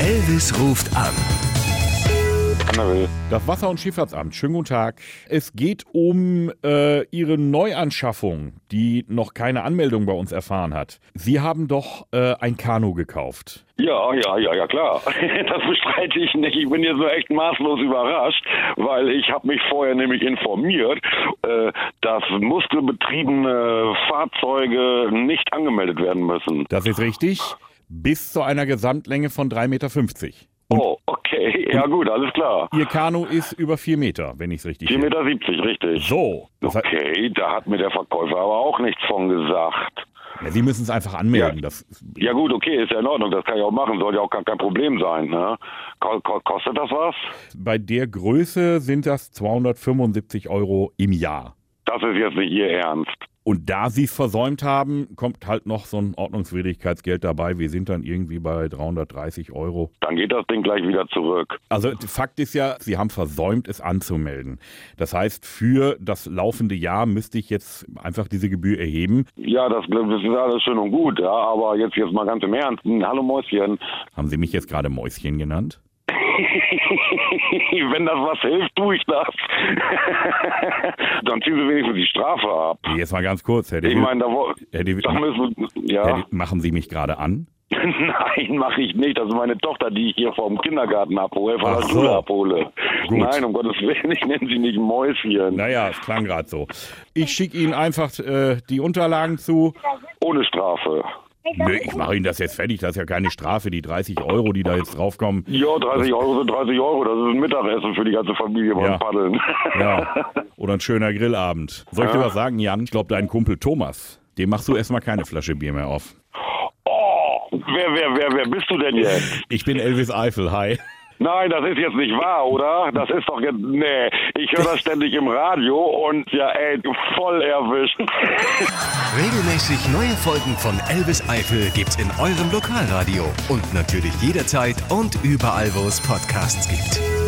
Elvis ruft an. Das Wasser- und Schifffahrtsamt, schönen guten Tag. Es geht um äh, Ihre Neuanschaffung, die noch keine Anmeldung bei uns erfahren hat. Sie haben doch äh, ein Kanu gekauft. Ja, ja, ja, ja, klar. Das bestreite ich nicht. Ich bin jetzt nur echt maßlos überrascht, weil ich habe mich vorher nämlich informiert, äh, dass muskelbetriebene Fahrzeuge nicht angemeldet werden müssen. Das ist richtig. Bis zu einer Gesamtlänge von 3,50 Meter. Und Oh, okay. Ja gut, alles klar. Ihr Kanu ist über 4 Meter, wenn ich es richtig 4,70 sehe. Meter, richtig. So. Das heißt, Okay, da hat mir der Verkäufer aber auch nichts von gesagt. ja, Sie müssen es einfach anmelden. Ja. Das, Ja gut, okay, ist ja in Ordnung, das kann ich auch machen, sollte ja auch gar kein Problem sein. Ne? Ko- ko- Kostet das was? bei der Größe sind das 275 Euro im Jahr. Das ist jetzt nicht Ihr Ernst. Und da sie es versäumt haben, kommt halt noch so ein Ordnungswidrigkeitsgeld dabei. Wir sind dann irgendwie bei 330 Euro. Dann geht das Ding gleich wieder zurück. Also Fakt ist ja, sie haben versäumt, es anzumelden. Das heißt, für das laufende Jahr müsste ich jetzt einfach diese Gebühr erheben. Ja, das, das ist alles schön und gut, ja, aber jetzt, jetzt mal ganz im Ernst. Hm, Hallo Mäuschen, Haben Sie mich jetzt gerade Mäuschen genannt? wenn das was hilft, tue ich das. Dann ziehen Sie wenigstens die Strafe ab. Nee, Jetzt mal ganz kurz, Herr Ich Dewitt. meine, da, wo- Herr Dewitt, da müssen, Herr ja. Dewitt, machen Sie mich gerade an? Nein, mache ich nicht. Das ist meine Tochter, die ich hier vom Kindergarten abhole, von Ach der so. Schule abhole. Gut. Nein, um Gottes Willen, ich nenne sie nicht Mäuschen. Naja, es klang gerade so. Ich schicke Ihnen einfach äh, die Unterlagen zu. Ohne Strafe. Nö, ich mache Ihnen das jetzt fertig. Das ist ja keine Strafe, die 30 Euro, die da jetzt draufkommen. Ja, 30 Euro sind 30 Euro. Das ist ein Mittagessen für die ganze Familie beim Ja. Paddeln. Ja. Oder ein schöner Grillabend. Soll ich dir was sagen, Jan? Ich glaube, dein Kumpel Thomas, dem machst du erstmal keine Flasche Bier mehr auf. Oh, wer, wer, wer, wer bist du denn jetzt? Ich bin Elvis Eifel, hi. Nein, das ist jetzt nicht wahr, oder? Das ist doch jetzt. Nee, ich höre das ständig im Radio und ja, ey, voll erwischt. Regelmäßig neue Folgen von Elvis Eifel gibt's in eurem Lokalradio und natürlich jederzeit und überall, wo es Podcasts gibt.